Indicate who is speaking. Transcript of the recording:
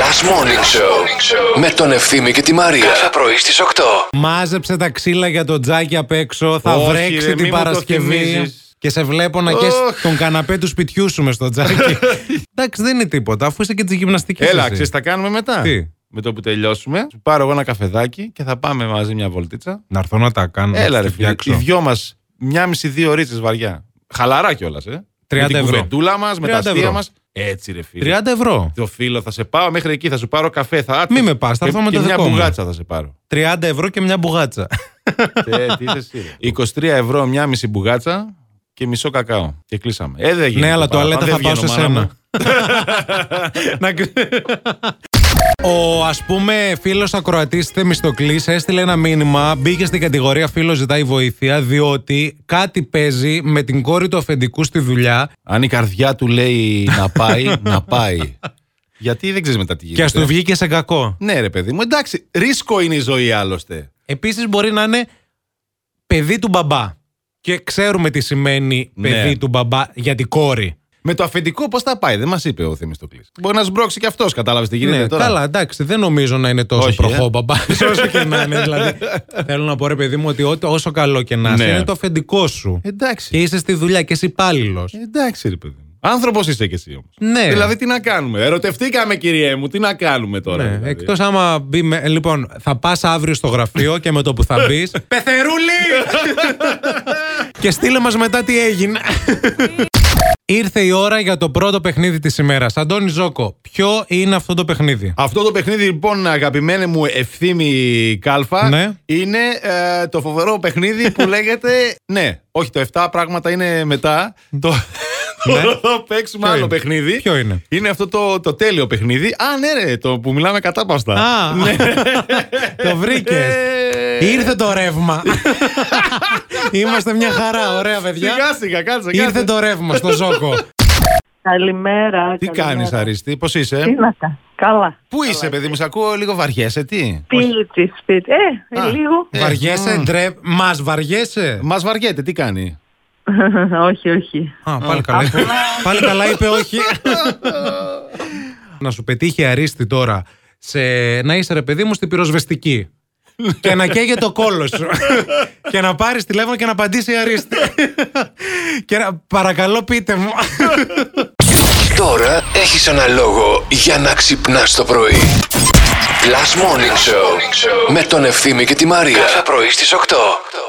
Speaker 1: Last Morning Show με τον Ευθύμη και τη Μαρία. Κάθε πρωί στις 8.
Speaker 2: Μάζεψε τα ξύλα για το τζάκι απ' έξω. Θα
Speaker 3: Όχι,
Speaker 2: βρέξει
Speaker 3: ρε, μη
Speaker 2: την
Speaker 3: μου το
Speaker 2: Παρασκευή.
Speaker 3: θυμίζεις.
Speaker 2: Και σε βλέπω να καίς
Speaker 3: Οχ.
Speaker 2: τον καναπέ του σπιτιού σου μες στο τζάκι. Εντάξει, δεν είναι τίποτα, αφού είσαι και της γυμναστικής.
Speaker 3: Έλα, ξέρει, τα κάνουμε μετά.
Speaker 2: Τι?
Speaker 3: Με το που τελειώσουμε, σου πάρω εγώ ένα καφεδάκι και θα πάμε μαζί μια βολτίτσα.
Speaker 2: Να έρθω να τα κάνω. να
Speaker 3: Έλα,
Speaker 2: τα
Speaker 3: ρε φίλε.
Speaker 2: φτιάξω.
Speaker 3: Οι δυο μας, μια μισή-δύο ρίτσες βαριά. Χαλαρά κιόλας, ε.
Speaker 2: 30
Speaker 3: με την
Speaker 2: ευρώ.
Speaker 3: κουβεντούλα μας, με τα
Speaker 2: 30 ευρώ.
Speaker 3: αστεία μας. Έτσι, ρε φίλε.
Speaker 2: 30 ευρώ.
Speaker 3: Το φίλο θα σε πάω μέχρι εκεί, θα σου πάρω καφέ. Θα άτω.
Speaker 2: Μη με πας, θα
Speaker 3: Και-
Speaker 2: έρθω με
Speaker 3: και
Speaker 2: το
Speaker 3: μια
Speaker 2: δικό μου.
Speaker 3: μπουγάτσα θα σε πάρω.
Speaker 2: 30 ευρώ και μια μπουγάτσα.
Speaker 3: Ε, τι θες εσύ, ρε. 23 ευρώ, μια μισή μπουγάτσα και μισό κακάο. Και κλείσαμε. Ε, δεν γίνεται
Speaker 2: ναι, αλλά το
Speaker 3: παραπάνω,
Speaker 2: αλέτα
Speaker 3: δεν
Speaker 2: θα πάω σε
Speaker 3: βγαίνω, μάνα μου.
Speaker 2: σένα. Να κρυ- Ο ας πούμε φίλος ακροατής Θεμιστοκλής έστειλε ένα μήνυμα. Μπήκε στην κατηγορία φίλος ζητάει βοήθεια, διότι κάτι παίζει με την κόρη του αφεντικού στη δουλειά.
Speaker 3: Αν η καρδιά του λέει να πάει, να πάει. Γιατί δεν ξέρεις μετά τι
Speaker 2: Και
Speaker 3: γίνεται.
Speaker 2: ας του βγήκε σε κακό.
Speaker 3: Ναι, ρε παιδί μου, εντάξει. Ρίσκο είναι η ζωή άλλωστε.
Speaker 2: Επίσης μπορεί να είναι παιδί του μπαμπά. Και ξέρουμε τι σημαίνει
Speaker 3: Ναι.
Speaker 2: παιδί του μπαμπά για την κόρη.
Speaker 3: Με το αφεντικό πώς θα πάει, δεν μας είπε ο Θεμιστοκλή. Μπορεί να σμπρώξει και αυτός, κατάλαβες τι γίνεται
Speaker 2: ναι,
Speaker 3: τώρα.
Speaker 2: καλά, εντάξει, δεν νομίζω να είναι τόσο
Speaker 3: Όχι, ε.
Speaker 2: προχώ μπαμπά. όσο και να είναι. Δηλαδή, θέλω να πω, ρε παιδί μου, ότι ό- όσο καλό και να είσαι,
Speaker 3: Ναι.
Speaker 2: είναι το αφεντικό σου.
Speaker 3: Εντάξει.
Speaker 2: Και είσαι στη δουλειά και είσαι υπάλληλος.
Speaker 3: Εντάξει, ρε παιδί μου. Άνθρωπος είσαι κι εσύ όμως.
Speaker 2: Ναι.
Speaker 3: Δηλαδή, τι να κάνουμε. Ερωτευτήκαμε, κυριέ μου, τι να κάνουμε τώρα.
Speaker 2: Ναι,
Speaker 3: δηλαδή.
Speaker 2: Εκτός άμα μπει. με- ε, λοιπόν, θα πας αύριο στο γραφείο και με το που θα μπεις. Πεθερούλη! και στείλε μας μετά τι έγινε. Ήρθε η ώρα για το πρώτο παιχνίδι της ημέρας. Αντώνη Ζόκο, ποιο είναι αυτό το παιχνίδι.
Speaker 3: Αυτό το παιχνίδι, λοιπόν, αγαπημένη μου ευθύμη Κάλφα,
Speaker 2: Ναι.
Speaker 3: είναι ε, το φοβερό παιχνίδι που λέγεται. Ναι, όχι, το 7 πράγματα είναι μετά. Το.
Speaker 2: Ναι.
Speaker 3: το θα παίξουμε
Speaker 2: Ποιο
Speaker 3: άλλο
Speaker 2: είναι?
Speaker 3: παιχνίδι.
Speaker 2: Ποιο είναι?
Speaker 3: Είναι αυτό το, το τέλειο παιχνίδι. Α, ναι, ρε, το που μιλάμε κατάπαυστα.
Speaker 2: Α, το βρήκες.
Speaker 3: Ναι. Ε,
Speaker 2: Ήρθε το ρεύμα. Είμαστε μια χαρά, ωραία παιδιά.
Speaker 3: Σιγά σιγά, κάτσε.
Speaker 2: Ήρθε
Speaker 3: κάτσε.
Speaker 2: το ρεύμα στο Ζόκο.
Speaker 4: Καλημέρα.
Speaker 3: Τι κάνει,
Speaker 4: καλημέρα.
Speaker 3: Αρίστη, πώς
Speaker 4: Τι
Speaker 3: είσαι.
Speaker 4: να κάνω. Καλά.
Speaker 3: Πού είσαι, παιδί μου, σε ακούω λίγο βαριέσαι, τι.
Speaker 4: Σπίτι, σπίτι. Ε,
Speaker 3: Α.
Speaker 4: λίγο.
Speaker 3: Ε,
Speaker 2: βαριέσαι,
Speaker 3: μμ.
Speaker 2: ντρε. Μας βαριέσαι.
Speaker 3: Μας βαριέται, τι κάνει. Ε.
Speaker 4: όχι, όχι.
Speaker 2: Α, πάλι καλά. είπε. Ε, πάλι καλά είπε όχι. να σου πετύχει αρίστη τώρα σε, να είσαι ρε παιδί μου στην πυροσβεστική. και να καίγεται το κόλος σου. και να πάρεις τηλέφωνο και να απαντήσει η αρίστη. και να, παρακαλώ πείτε μου.
Speaker 1: Τώρα έχεις ένα λόγο για να ξυπνάς το πρωί. Last Morning Show με τον Ευθύμη και τη Μαρία. Κάθε πρωί στις 8.